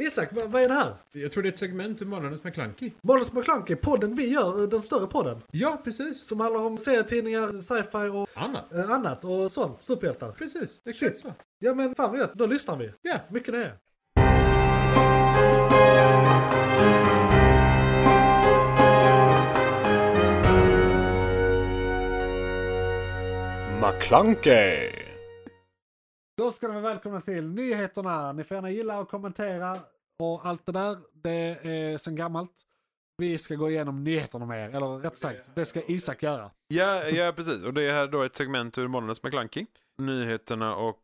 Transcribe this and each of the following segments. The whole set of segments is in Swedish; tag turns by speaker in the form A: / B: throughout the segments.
A: Isak, vad, vad är det här?
B: Jag tror det är ett segment ur Månadens McKlunky.
A: Månadens McKlunky, podden vi gör, eh, den större podden.
B: Ja, precis.
A: Som handlar om serietidningar, sci-fi och
B: Annat.
A: eh, annat och sånt. Superhjältar.
B: Precis, exakt
A: Shit.
B: så.
A: Ja men fan vad gött, då lyssnar vi.
B: Ja,
A: Mycket nöje.
C: McClunkey!
A: Då ska ni vara välkomna till nyheterna. Ni får gärna gilla och kommentera och allt det där. Det är sen gammalt. Vi ska gå igenom nyheterna med er, eller rätt sagt, det ska Isak göra.
C: Ja, ja, precis. Och det här då är ett segment ur Månadens McClunky. Nyheterna och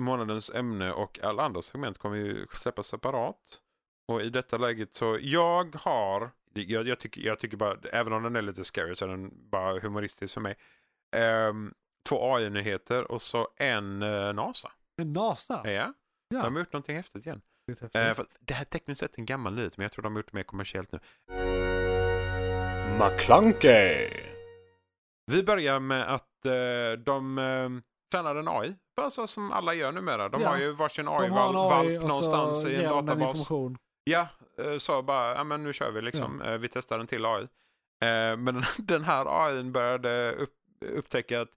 C: månadens ämne och alla andra segment kommer ju släppas separat. Och i detta läget så jag har, jag, jag, tycker, jag tycker bara, även om den är lite scary så är den bara humoristisk för mig. Ehm, två AI-nyheter och så en eh, NASA.
A: Men NASA?
C: Ja,
A: Ja.
C: de har gjort någonting häftigt igen.
A: Det är häftigt.
C: Eh, fast det här är tekniskt sett en gammal nyhet men jag tror de har gjort det mer kommersiellt nu. McClunkey. Vi börjar med att eh, de eh, tränar en AI. Bara så som alla gör numera. De
A: Ja.
C: har ju varsin
A: De har en AI
C: AI-valp
A: och så
C: någonstans i
A: ger
C: en
A: de den
C: databas.
A: information.
C: Ja, eh, så bara, ja men nu kör vi liksom. Eh, Vi testar en till AI. Eh, Men den här AI n började upp, upptäcka att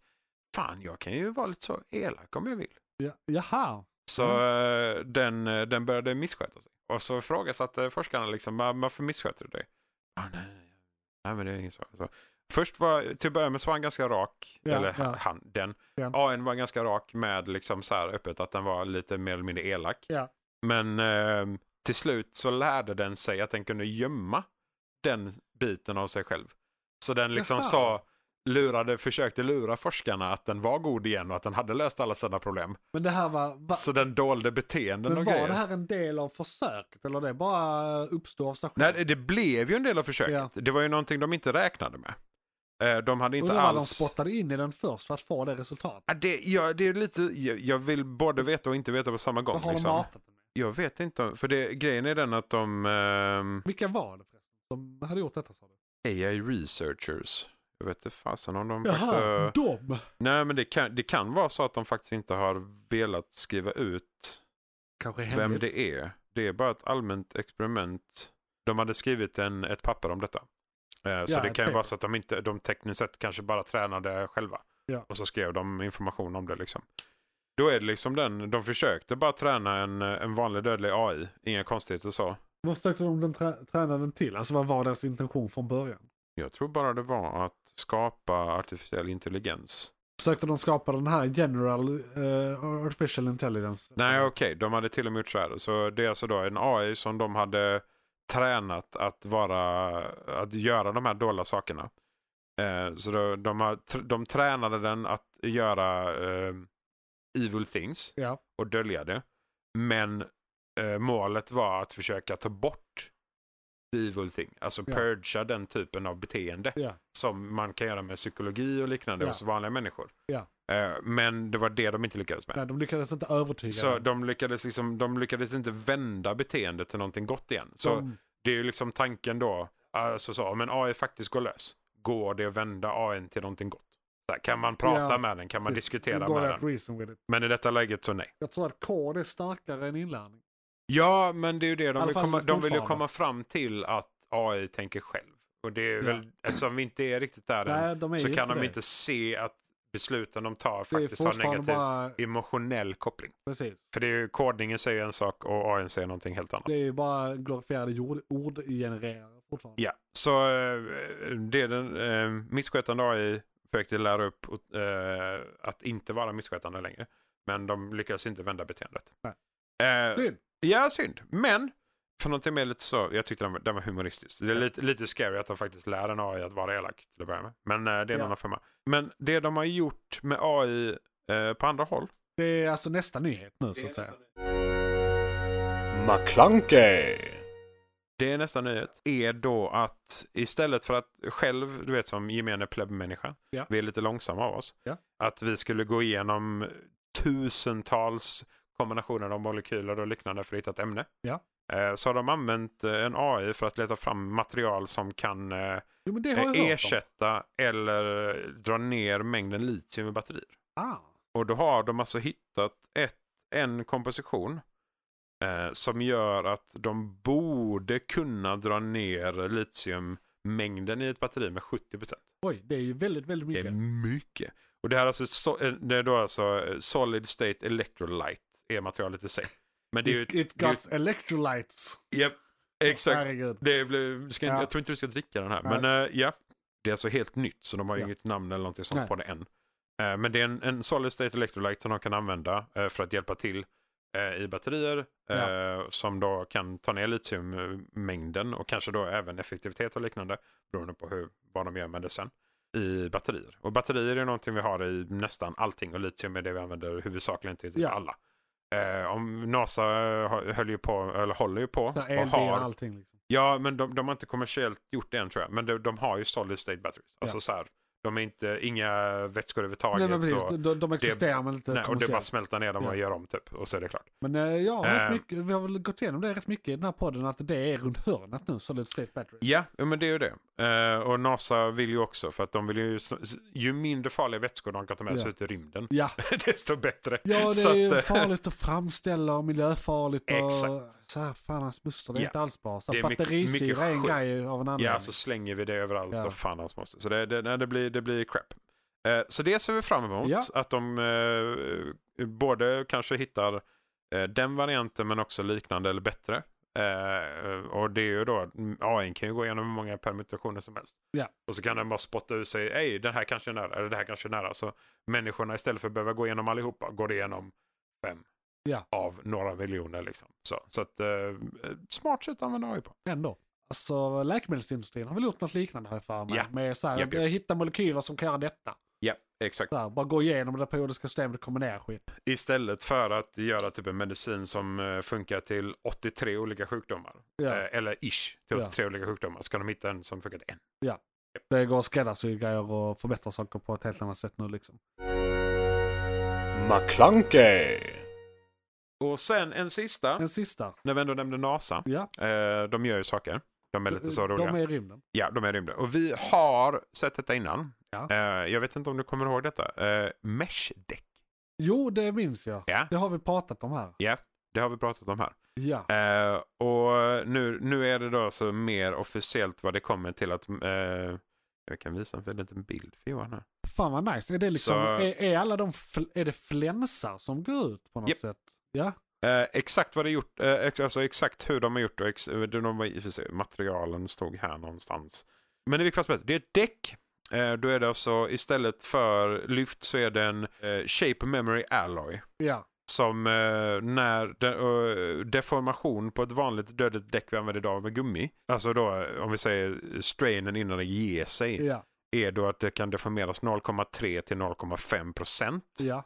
C: fan jag kan ju vara lite så elak om jag vill.
A: Ja, jaha.
C: Så
A: Mm.
C: eh, den, eh, den började missköta sig. Och så frågasatte forskarna liksom, "Va- varför missköter du dig? Ah, nej, nej, nej, men det är inget svar. Så. Först var, till att börja med så var han ganska rak,
A: Ja,
C: eller
A: ja.
C: han, den.
A: Den.
C: AN var ganska rak med liksom så här öppet att den var lite mer eller mindre elak.
A: Ja.
C: Men eh, till slut så lärde den sig att den kunde gömma den biten av sig själv. Så den liksom
A: Jaha.
C: sa, lurade, försökte lura forskarna att den var god igen och att den hade löst alla sina problem.
A: Men det här var... Va,
C: Så den dolde beteenden
A: men
C: och
A: var
C: grejer.
A: det här en del av försöket? Eller det bara eh, uppstod av sig själv?
C: Nej, det- det blev ju en del av försöket.
A: Ja.
C: Det var ju någonting de inte räknade med. Eh, De hade inte
A: Undrar vad de
C: alls...
A: spottade in i den först för att få det resultatet.
C: Ja, det, ja, det är lite... Jag, jag vill både veta och inte veta på samma gång.
A: Vad har
C: liksom.
A: de matat den med?
C: Jag vet inte. För det, grejen är den att de... ehm,
A: Vilka var det förresten som hade gjort detta sa du?
C: AI researchers. Jag vet inte fasen om de
A: Jaha,
C: faktiskt...
A: de!
C: Nej, men det kan, det kan vara så att de faktiskt inte har velat skriva ut
A: Kanske
C: vem det är. Det är bara ett allmänt experiment. De hade skrivit en, ett papper om detta. Eh, så
A: Ja, ett
C: det kan ju
A: paper.
C: vara så att de, inte, de tekniskt sett kanske bara tränade själva.
A: Ja.
C: Och så skrev de information om det liksom. Då är det liksom den, de försökte bara träna en, en vanlig dödlig AI. Inga konstigheter så.
A: Vad försökte de den trä- träna den till? Alltså vad var deras intention från början?
C: Jag tror bara det var att skapa artificiell intelligens.
A: Försökte de skapa den här general eh, artificial intelligence?
C: Nej okej, de hade till och med gjort så här. Så det är alltså då en AI som de hade tränat att vara, att göra de här dåliga sakerna. Eh, så då, de, har, tr- de tränade den att göra eh, evil things
A: Ja,
C: och dölja det. Men eh, målet var att försöka ta bort the evil thing. Alltså
A: Ja.
C: purga den typen av beteende
A: ja.
C: som man kan göra med psykologi och liknande
A: Ja.
C: hos vanliga människor.
A: Ja.
C: Eh, men det var det de inte lyckades med.
A: Nej, de lyckades inte övertyga
C: Så
A: den.
C: de lyckades, liksom, de lyckades inte vända beteendet till någonting gott igen. Så
A: de,
C: det är ju liksom tanken då, alltså så, men AI faktiskt går lös. Går det att vända AI till någonting gott? Så här, kan man prata
A: Ja,
C: med den? Kan man
A: precis.
C: diskutera
A: Då går
C: med
A: det
C: den?
A: att reason with it.
C: Men i detta läget så nej.
A: Jag tror att kod är starkare än inlärning.
C: Ja, men det är ju det.
A: alla
C: De vill,
A: fall
C: komma, de vill ju
A: fortfarande.
C: komma fram till att AI tänker själv. Och det är väl, eftersom vi inte är riktigt där än,
A: Nej, de är
C: så
A: ju
C: kan de
A: det.
C: inte se att besluten de tar
A: Det är
C: faktiskt har
A: fortfarande
C: negativ
A: bara...
C: emotionell koppling.
A: Precis.
C: För det är ju, kodningen säger en sak och AI säger någonting helt annat.
A: Det är ju bara glorifierade jord- ordgenererare fortfarande.
C: Ja, så eh, det är den eh, misskötande AI försökte lära upp och, eh, att inte vara misskötande längre. Men de lyckades inte vända beteendet.
A: Nej.
C: Eh,
A: Synd.
C: ja, synd. Men för någonting mer lite så, jag tyckte den var, den var humoristisk. Det är lite, lite scary att de faktiskt lär en AI att vara elak till att börja med. Men eh, det är en
A: Ja.
C: annan femma. Men det de har gjort med AI eh, på andra håll.
A: Det är alltså nästa nyhet nu så att säga.
C: McClunkey. Det är nästa nyhet. Är då att istället för att själv, du vet som gemene plebmänniska,
A: Ja.
C: vi är lite långsamma av oss,
A: Ja.
C: att vi skulle gå igenom tusentals kombinationer av molekyler och liknande för att hitta ett ämne.
A: Ja.
C: Eh, Så har de använt eh, en AI för att leta fram material som kan eh,
A: Jo men det har jag hört om.
C: ersätta eller eh, dra ner mängden litium i batterier.
A: Ah,
C: Och då har de alltså hittat ett, en komposition Eh, som gör att de borde kunna dra ner litiummängden i ett batteri med 70
A: Oj, det är ju väldigt, väldigt
C: Det är
A: mycket.
C: mycket. Och det här är alltså, so- eh, det är då alltså eh, Solid State Electrolyte är materialet i sig. Men det är ju...
A: It, it
C: det är ju-
A: got electrolytes.
C: Japp, exakt.
A: Herregud.
C: Det blev, ska, inte-
A: Ja.
C: Jag tror inte vi ska dricka den här.
A: Nej.
C: Men eh, ja, det är alltså helt nytt så de har ju
A: Ja.
C: inget namn eller någonting sånt
A: Nej.
C: på det än. Eh, men det är en, en Solid State Electrolyte som de kan använda eh, för att hjälpa till eh, i batterier. eh, Som då kan ta ner litiummängden och kanske då även effektivitet och liknande. Beroende på hur, vad de gör med det sen. I batterier. Och batterier är någonting vi har i nästan allting och litium är det vi använder huvudsakligen till, till
A: Ja.
C: alla. Eh, om NASA eh, höll ju på, eller håller ju på
A: Så här
C: och
A: elbilar och
C: har
A: allting. Liksom.
C: Ja, men de, de har inte kommersiellt gjort det än tror jag. Men de, de har ju solid state batteries. Alltså
A: Ja.
C: så här, de är inte, inga vätskor
A: Nej,
C: överhuvudtaget.
A: men precis.
C: och,
A: De, de existerar men inte
C: nej, och det är bara
A: kommersiellt.
C: att smälta ner dem och
A: Ja.
C: göra om typ. Och så är det klart.
A: Men eh, ja, rätt
C: Eh.
A: mycket, vi har väl gått igenom det rätt mycket i den här podden, att det är runt hörnet nu, Solid State Battery.
C: Ja, ja, men det är ju det. Eh, och NASA vill ju också, för att de vill ju, s- s- ju mindre farliga vätskor de kan ta med sig
A: Ja.
C: ut i rymden,
A: Ja,
C: desto bättre.
A: ja det
C: Så
A: är ju
C: att, eh,
A: farligt att framställa och miljöfarligt och
C: Exakt.
A: så här, fan hans muster, det är
C: Ja.
A: inte alls bra. Så
C: Det är mycket- mycket
A: batterisyra är en
C: skit.
A: grej av en annan.
C: Ja, alltså- så slänger vi det överallt
A: Ja.
C: och fan hans måste. Så det, det, nej, det, blir, det blir crap. Eh, så det ser vi fram emot.
A: Ja.
C: Att de eh, både kanske hittar eh, den varianten men också liknande eller bättre. Eh, och det är ju då, AI kan ju gå igenom hur många permutationer som helst.
A: Ja.
C: Och så kan den bara spotta ut sig, ej den här kanske är nära, eller det här kanske är nära. Så människorna istället för att behöva gå igenom allihopa, går igenom fem
A: Ja.
C: av några miljoner. Liksom. Så, så att, eh, smart sätt att använda AI på.
A: ändå. Alltså läkemedelsindustrin har väl gjort något liknande har jag för mig.
C: Ja.
A: Med så här,
C: Japp,
A: att, eh, hitta molekyler som kan göra detta.
C: Ja, exakt.
A: Så här, bara gå igenom det periodiska systemet och kombinera skit.
C: Istället för att göra typ en medicin som eh, funkar till 83 olika sjukdomar.
A: Ja.
C: Eh, Eller ish, till
A: Ja.
C: 83 olika sjukdomar. Så kan de hitta en som funkar till en.
A: Det går att skräddarsy grejer och förbättra saker på ett helt annat sätt nu liksom.
D: McClunkey.
C: Och sen en sista,
A: Den sista.
C: när vi ändå nämnde NASA.
A: Ja.
C: Eh, de gör ju saker. De är lite så roliga.
A: De är i rymden.
C: Ja, de är i rymden. Och vi har sett detta innan.
A: Ja.
C: Eh, jag vet inte om du kommer ihåg detta. Eh, Mesh-däck.
A: Jo, det minns jag.
C: Ja.
A: Det har vi pratat om här.
C: Det har vi pratat om här.
A: Ja.
C: Eh, och nu, nu är det då alltså mer officiellt vad det kommer till att... Eh, jag kan visa en liten bild för Johan här.
A: Fan vad nice. Är det liksom,
C: Så-
A: är, är alla de, fl- är det flänsar som går ut på något
C: Japp.
A: sätt? Ja.
C: Eh, exakt vad det gjort, eh, ex, alltså exakt hur de har gjort och ex, eh, de var, i och för sig, materialen stod här någonstans. Men i vilket fall som helst, det är ett däck. Eh, då är det alltså istället för lyft så är det en eh, shape memory alloy.
A: Ja.
C: Som eh, när de, eh, deformation på ett vanligt dödligt däck vi använder idag med gummi. Alltså då eh, om vi säger strainen innan det ger sig.
A: Ja.
C: Är då att det kan deformeras 0,3 till 0,5 procent.
A: Ja.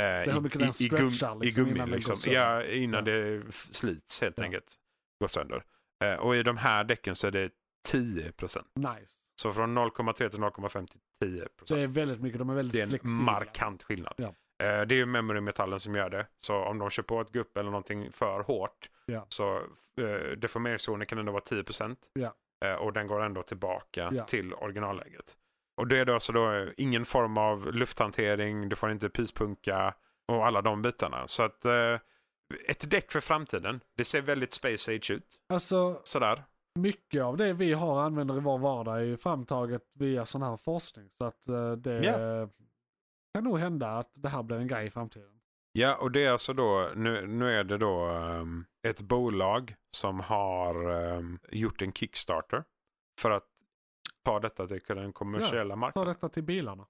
C: Eh,
A: hur mycket den stretchar
C: i
A: liksom
C: gummi,
A: innan den
C: liksom.
A: går sönder.
C: Ja, innan
A: Ja.
C: det f- slits helt
A: Ja.
C: enkelt. Går sönder. Eh, och i de här däcken så är det 10 procent.
A: Nice.
C: Så från 0,3 till 0,5 till 10
A: Det
C: procent.
A: är väldigt mycket, de är väldigt
C: Det är en
A: flexibla.
C: markant skillnad.
A: Ja.
C: Eh, det är ju memorymetallen som gör det. Så om de kör på ett gupp eller någonting för hårt
A: Ja.
C: så eh, deformeringszonen kan ändå vara 10 procent.
A: Ja.
C: Eh, och den går ändå tillbaka
A: Ja.
C: till originalläget. Och det är då alltså då ingen form av lufthantering, du får inte pyspunka och alla de bitarna. Så att eh, ett däck för framtiden, det ser väldigt space age ut.
A: Alltså,
C: Sådär.
A: mycket av det vi har och använder i vår vardag är ju framtaget via sån här forskning. Så att eh, det kan nog hända att det här blir en grej i framtiden.
C: Ja, och det är alltså då, nu, nu är det då ehm, ett bolag som har ehm, gjort en Kickstarter för att ta detta till den kommersiella
A: Ta
C: marknaden.
A: detta till bilarna.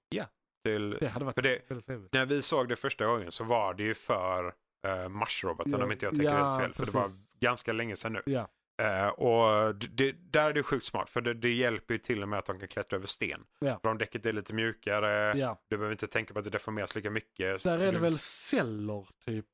C: Till,
A: Det hade varit
C: För det-
A: väldigt trevligt.
C: när vi såg det första gången så var det ju för eh, Mars-roboten
A: Ja,
C: om inte jag tänker
A: ja,
C: helt fel. För det var
A: precis.
C: ganska länge sedan nu.
A: Ja.
C: Eh, och det, det, där är det sjukt smart för det, det hjälper ju till och med att de kan klättra över sten.
A: Ja.
C: För om däcket är lite mjukare,
A: Ja.
C: du behöver inte tänka på att det deformeras lika mycket.
A: Där är det
C: Du-
A: väl celler typ?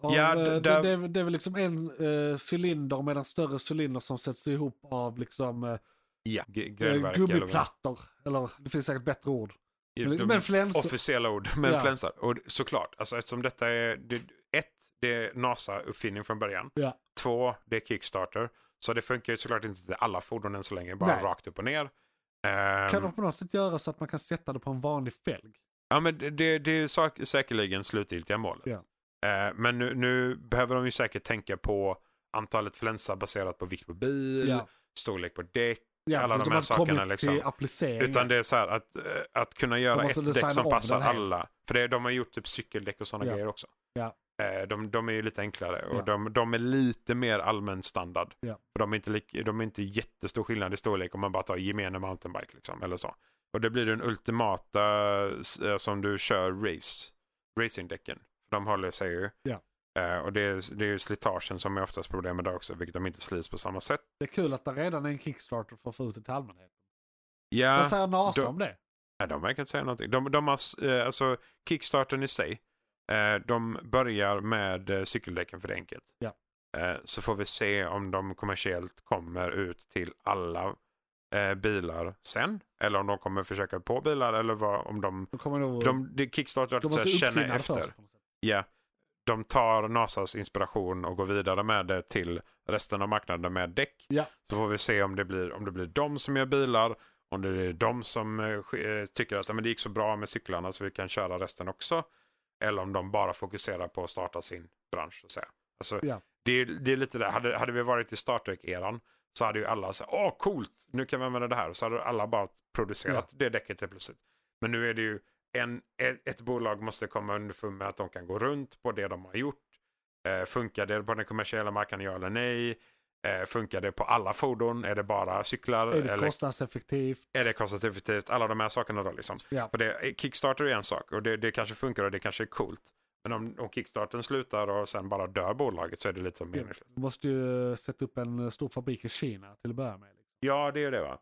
A: Av,
C: Ja,
A: eh,
C: d-
A: det,
C: där-
A: det, är- det är väl liksom en eh, cylinder med en större cylinder som sätts ihop av liksom eh,
C: ja, g-
A: eh,
C: grälverk eller vad-
A: gummiplattor. Eller det finns säkert bättre ord.
C: de-
A: liksom. Men fläns...
C: officiella ord, men
A: Ja.
C: flänsar. Och såklart, alltså eftersom detta är det, ett, det är NASA-uppfinning från början.
A: Ja.
C: Två, det är Kickstarter. Så det funkar ju såklart inte till alla fordon än så länge, bara
A: Nej.
C: rakt upp och ner. Ehm,
A: Kan de på något sätt göra så att man kan sätta det på en vanlig fälg?
C: Ja men det, det är ju sak- säkerligen slutgiltiga målet.
A: Ja.
C: Eh, men nu, nu behöver de ju säkert tänka på antalet flänsa baserat på vikt på bil,
A: Ja.
C: storlek på däck.
A: Ja,
C: alla
A: precis,
C: de
A: har
C: här
A: inte
C: sakerna,
A: kommit
C: liksom.
A: till applicering.
C: Utan det är så här att, eh, att kunna göra
A: måste
C: ett däck
A: designa
C: som
A: om
C: passar
A: den helt.
C: alla. För det, de har gjort typ cykeldäck och sådana
A: Ja.
C: grejer också.
A: Ja.
C: Eh, De, de är ju lite enklare och
A: Ja.
C: de, de är lite mer allmän standard.
A: Ja.
C: För de, är inte lik, de är inte jättestor skillnad i storlek om man bara tar gemene mountainbike. Liksom, eller så. Och det blir den ultimata eh, som du kör race, racingdäcken. De håller sig ju.
A: Ja.
C: Eh, Och det är, det är ju slitagen som är oftast problemet där också, vilket de inte slits på samma sätt.
A: Det är kul att det redan är en Kickstarter för att få ut det till allmänheten.
C: Ja.
A: Vad säger NASA
C: då-
A: om det?
C: Nej, de verkar inte säga någonting. De, de har, eh, alltså Kickstartern i sig, eh, de börjar med eh, cykeldäcken för det är enkelt.
A: Ja.
C: Eh, Så får vi se om de kommersiellt kommer ut till alla eh, bilar sen. Eller om de kommer försöka på bilar eller vad, om de...
A: De kommer nog...
C: de det Kickstarter
A: de
C: att
A: måste
C: så här,
A: uppfinna det
C: känna
A: först.
C: efter.
A: på något sätt.
C: Ja. De tar NASAs inspiration och går vidare med det till resten av marknaden med däck.
A: Ja.
C: Så får vi se om det blir, om det blir de som gör bilar, om det är de som eh, sk- eh, tycker att "Ja, men det gick så bra med cyklarna så vi kan köra resten också. Eller om de bara fokuserar på att starta sin bransch. Så att säga. Alltså,
A: Ja.
C: det, är, det är lite det. Hade, hade vi varit i Star Trek-eran så hade ju alla sagt åh coolt, nu kan vi använda det här. Så hade alla bara producerat det däcket helt plötsligt. Men nu är det ju en, ett, ett bolag måste komma underfund med att de kan gå runt på det de har gjort. Eh, funkar det på den kommersiella marknaden, ja eller nej? Eh, funkar det på alla fordon? Är det bara cyklar?
A: Är det
C: eller
A: kostnadseffektivt?
C: är det kostnadseffektivt? Alla de här sakerna då liksom.
A: Ja.
C: För det, Kickstarter är en sak och det, det kanske funkar och det kanske är coolt. Men om, om Kickstarten slutar och sen bara dör bolaget så är det lite så meningslöst.
A: Du måste ju sätta upp en eh, stor fabrik i Kina till att börja med. liksom.
C: Ja, det är ju det va.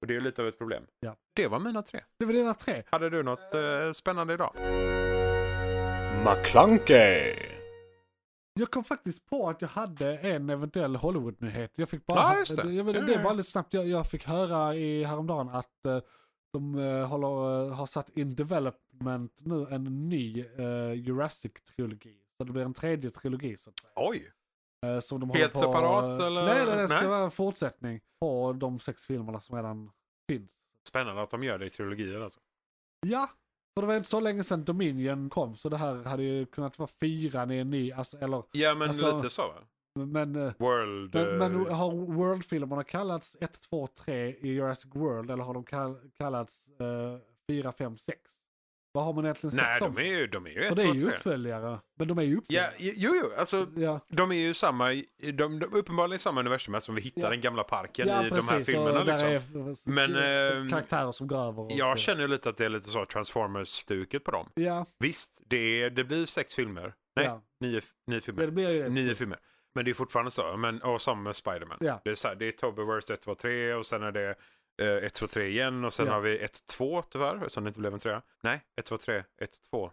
C: Och det är ju lite av ett problem.
A: Ja.
C: Det var mina tre.
A: Det var dina tre.
C: Hade du något eh, spännande idag?
D: McClunkey.
A: Jag kom faktiskt på att jag hade en eventuell Hollywood-nyhet. Jag fick bara...
C: Ja, just det. Mm.
A: Jag, ville-
C: Ja,
A: det
C: ja,
A: är bara
C: ja.
A: lite snabbt. Jag, jag fick höra i häromdagen att eh, de eh, håller, eh, har satt in development nu en ny eh, Jurassic-trilogi. Så det blir en tredje trilogi så att säga.
C: Oj!
A: Eh, som de
C: Helt
A: håller på,
C: separat, eller?
A: Nej, nej, det ska
C: Nej.
A: vara en fortsättning på de sex filmerna som redan finns.
C: Spännande att de gör det i trilogier alltså.
A: Ja, för det var inte så länge sedan Dominion kom så det här hade ju kunnat vara fyran i en ny, alltså, eller,
C: Ja, men
A: Alltså-
C: lite så va?
A: men eh,
C: World...
A: Men, men
C: eh,
A: har World-filmerna kallats 1, 2, 3 i Jurassic World eller har de kall- kallats eh, 4, 5, 6? Vad har man egentligen
C: nej,
A: sett dem
C: de är ju, de är ju
A: för?
C: ett,
A: Det är
C: två,
A: ju
C: tre.
A: uppföljare. Men de är ju
C: Ja,
A: uppföljare.
C: jo, jo, alltså
A: Ja,
C: De är ju samma, de, de, uppenbarligen i samma universum som vi hittar
A: Ja.
C: den gamla parken
A: ja
C: i
A: precis.
C: de här filmerna.
A: och där
C: Liksom.
A: är
C: Men, ehm,
A: men, karaktärer som går över. och så vidare.
C: Jag känner ju lite att det är lite så Transformers-stuket på dem.
A: Ja,
C: Visst, det, är, det blir sex filmer. Nej,
A: ja.
C: nio, nio filmer.
A: Men det blir ju det.
C: Nio filmer. Men det är fortfarande så. Men, och samma med Spiderman.
A: Ja.
C: Det är, så här, det är Tobyverse 1, 2, 3 och sen är det eh, 1, 2, 3 igen och sen
A: Ja.
C: har vi 1, 2 tyvärr eftersom det inte blev en trea. Nej, 1, 2, 3, 1, 2,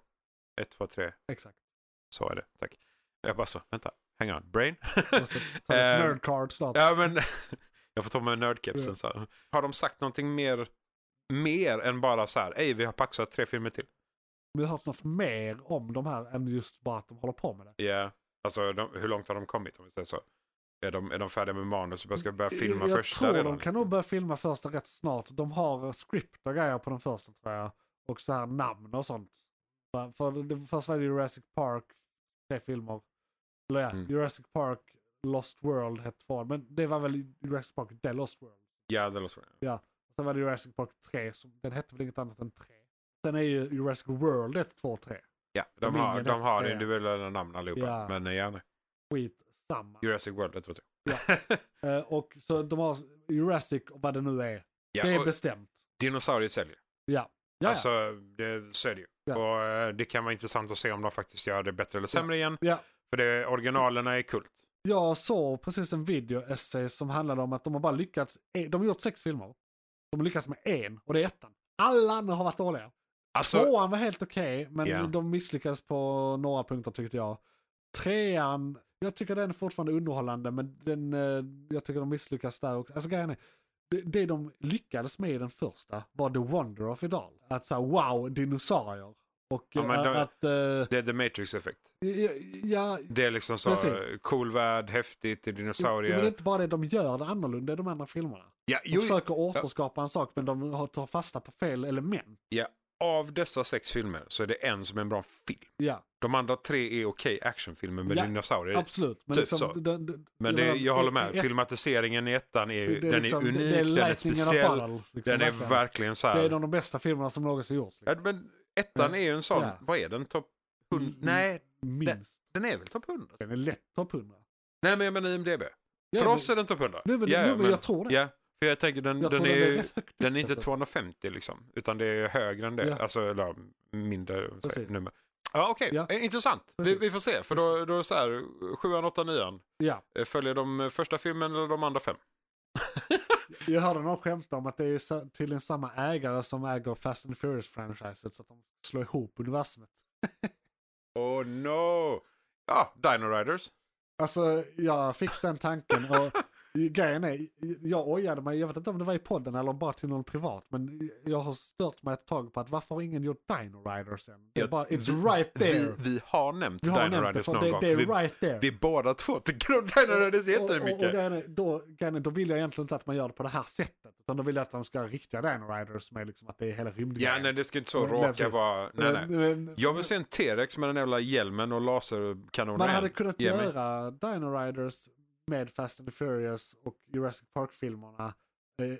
C: 1, 2, 3.
A: Exakt.
C: Så är det, tack. Jag bara så, vänta, hang on, brain.
A: Måste ta ett
C: Ehm,
A: nerd card snart.
C: Ja, men jag får ta med nördkepsen
A: Ja.
C: så här. Har de sagt någonting mer, mer än bara så här, ej vi har paxat tre filmer till?
A: Vi har hört något mer om de här än just bara att de håller på med det.
C: Ja, alltså de, hur långt har de kommit om vi säger så? Är de, är de färdiga med manus och bara ska börja filma
A: jag
C: första
A: tror
C: redan?
A: de kan nog börja filma första rätt snart. De har eh, script och grejer på den första tror jag. Och så här namn och sånt. Va- För det första var det Jurassic Park, tre filmer. Eller ja,
C: Mm.
A: Jurassic Park, Lost World hette tvåan. Men det var väl Jurassic Park, The Lost World.
C: Ja, det låter bra.
A: Sen var det Jurassic Park 3, som, den hette väl inget annat än 3. Sen är ju Jurassic World 1, 2, 3.
C: Ja, de,
A: De
C: har,
A: ringer
C: de
A: rätt,
C: har
A: säger jag.
C: individuella namn allihopa.
A: Ja.
C: Men eh, ja, nej.
A: Skit samma.
C: Jurassic World, jag tror
A: Ja.
C: jag.
A: Eh, och så de har Jurassic och vad det nu är. det
C: ja,
A: är
C: och
A: bestämt.
C: dinosaurier säljer.
A: Ja. Ja, ja.
C: Alltså, det, så är det ju.
A: Ja.
C: Och eh, det kan vara intressant att se om de faktiskt gör det bättre eller sämre igen.
A: Ja.
C: För det, originalerna är kult.
A: Jag såg precis en video-essay som handlade om att de har bara lyckats, e- de har gjort sex filmer. De har lyckats med en och det är ettan. Alla andra har varit dåliga.
C: Alltså,
A: Tvåan var helt okej, men
C: Ja.
A: de misslyckades på några punkter tyckte jag. Trean, jag tycker den är fortfarande underhållande, men den, eh, jag tycker de misslyckas där också. Alltså grejen är, det, det de lyckades med i den första var The Wonder of It All. Att säga wow, dinosaurier. Och
C: Ja, men
A: eh,
C: de-
A: att, eh,
C: Det är The Matrix-effekt.
A: ja, ja,
C: Det är liksom så,
A: Precis.
C: cool värld, häftigt, det är
A: Men
C: dinosaurier.
A: det är inte bara det, de gör det annorlunda i de andra filmerna.
C: Ja,
A: De
C: jo,
A: försöker återskapa en sak men de har- tar fasta på fel element.
C: ja, Av dessa sex filmer så är det en som är en bra film.
A: Ja,
C: De andra tre är okej actionfilmer med
A: Ja,
C: dinosaurier i.
A: absolut. Men,
C: Typ
A: liksom,
C: så.
A: den- den-
C: Men det, jag håller
A: ett-
C: med. Filmatiseringen i ettan är,
A: det- det
C: den är
A: liksom-
C: unik,
A: det
C: den är
A: lightning in a
C: speciell.
A: bottle, liksom,
C: Den är
A: verkligen.
C: verkligen så här.
A: Det är en av de bästa filmerna som någonsin gjorts.
C: Ja,
A: Liksom.
C: men ettan är ju en sån,
A: Ja.
C: vad är den? Topp 100?
A: Mm.
C: Nej,
A: Minst.
C: den är väl topp 100?
A: Den är lätt topp 100.
C: Nej, men jag menar IMDB.
A: Ja,
C: För
A: men-
C: oss är den topp 100.
A: Nej, men-
C: ja,
A: nej,
C: ja,
A: men jag tror det.
C: Ja, för jag tänker den,
A: jag
C: den,
A: tror
C: är, ju-
A: rätt högt
C: den är inte
A: alltså.
C: 250 liksom, utan det är högre än det.
A: Ja.
C: Alltså, eller ja, mindre vad säger jag,
A: Precis.
C: nummer. Ja, okej.
A: Ja.
C: Eh, Intressant. Vi,
A: Precis.
C: vi får se. För då, då är det så här, 7, 8, 9.
A: Ja,
C: Eh, Följer de första filmen eller de andra fem?
A: jag hörde någon skämta om att det är sa- tydligen samma ägare som äger Fast and Furious-franchiset så att de slår ihop universumet.
C: Oh no! Ja, Dino Riders.
A: Alltså, jag fick den tanken och grejen är, jag ojade mig, jag vet inte om det var i podden eller bara till någon privat, men jag har stört mig ett tag på att varför har ingen gjort Dino Riders än? Det är
C: Ja,
A: bara, it's
C: vi-
A: right there.
C: Vi, vi har nämnt
A: Vi har
C: Dino
A: nämnt det,
C: Riders
A: för
C: någon
A: det,
C: gång.
A: det är
C: för vi,
A: right there.
C: Vi båda två tycker om Dino Riders
A: och, och, och
C: jättemycket.
A: grejen är, då, grejen är, då vill jag egentligen inte att man gör det på det här sättet, utan då vill jag att de ska ha riktiga Dino Riders med liksom att det är hela
C: Ja,
A: rymdgrejen.
C: nej, det ska inte så
A: Nej,
C: råka
A: precis.
C: vara... Nej, nej.
A: Men- men-
C: Jag vill se en T-Rex med den jävla hjälmen och laserkanonen.
A: Man hade kunnat
C: Ge mig.
A: göra Dino Riders med Fast and the Furious och Jurassic Park-filmerna eh,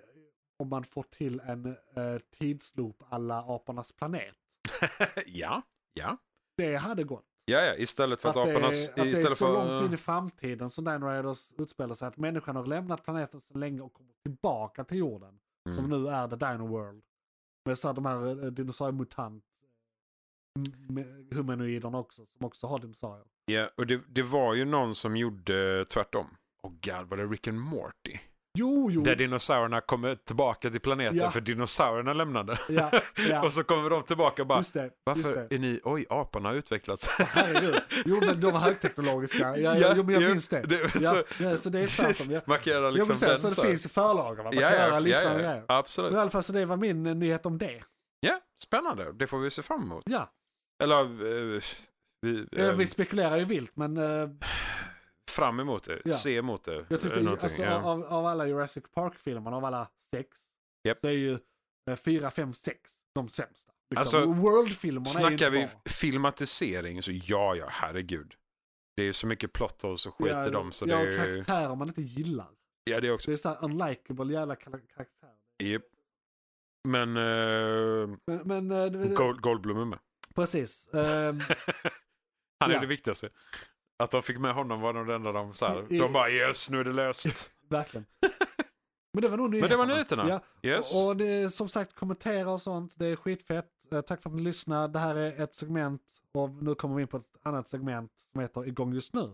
A: om man får till en eh, tidsloop alla apornas planet.
C: ja, ja.
A: Det hade gått.
C: Ja, ja, istället för att,
A: det,
C: apornas...
A: att det är så
C: istället för...
A: långt in i framtiden som Dino Riders utspelar sig att människan har lämnat planeten så länge och kommer tillbaka till jorden. Som
C: Mm.
A: nu är The Dino World. Med så här, de här eh, dinosauriemutant m- med humanoiderna också som också har dinosaurier.
C: Ja, och det, det var ju någon som gjorde tvärtom. Åh god, var det Rick and Morty?
A: Jo, jo.
C: Där dinosaurierna kommer tillbaka till planeten
A: Ja.
C: för dinosaurierna lämnade.
A: Ja, ja.
C: och så kommer de tillbaka och bara,
A: Just det, just
C: varför
A: det.
C: är ni, oj, aporna har utvecklats.
A: Herregud. Jo men de var högteknologiska. Ja, ja, jo, men jag
C: ju.
A: minns det. ja, ja, så det är tvärtom. Ja.
C: Markerar
A: jag
C: liksom
A: vill säga, så det
C: här.
A: finns ju förlagor. va? Man
C: Ja,
A: kan göra
C: ja, ja,
A: liknande
C: ja,
A: grejer.
C: absolut.
A: Men i alla fall så det var min eh, nyhet om det.
C: Ja, spännande. Det får vi se fram emot.
A: Ja,
C: Eller, eh, vi,
A: eh,
C: eh,
A: vi spekulerar ju vilt men eh,
C: fram emot det,
A: Ja.
C: se emot det.
A: jag tyckte
C: eh,
A: ju,
C: någonting,
A: alltså,
C: ja.
A: av, av alla Jurassic Park-filmerna, av alla sex,
C: Japp.
A: så är ju eh, fyra, fem, sex de sämsta. Liksom.
C: Alltså,
A: World-filmerna är ju inte
C: Snackar vi
A: bra.
C: filmatisering så ja, ja, herregud. Det är ju så mycket plot holes och skit i dem så
A: ja,
C: det
A: och
C: är ju...
A: karaktärer man inte gillar.
C: Ja, det är också.
A: Det är så här unlikable jävla kar- karaktärer.
C: Japp. Men eh,
A: Men, men eh, det- det-
C: Gold, Goldblum är med.
A: precis. Ehm,
C: Han är
A: Ja.
C: det viktigaste. Att de fick med honom var nog det enda de så här.
A: I- i-
C: De bara yes, nu är det löst.
A: Verkligen. Men det var nog
C: Men
A: nyheterna.
C: det var nyheterna.
A: Ja.
C: Yes.
A: Och det är som sagt kommentera och sånt. Det är skitfett. Eh, Tack för att ni lyssnade. Det här är ett segment och nu kommer vi in på ett annat segment som heter igång just nu.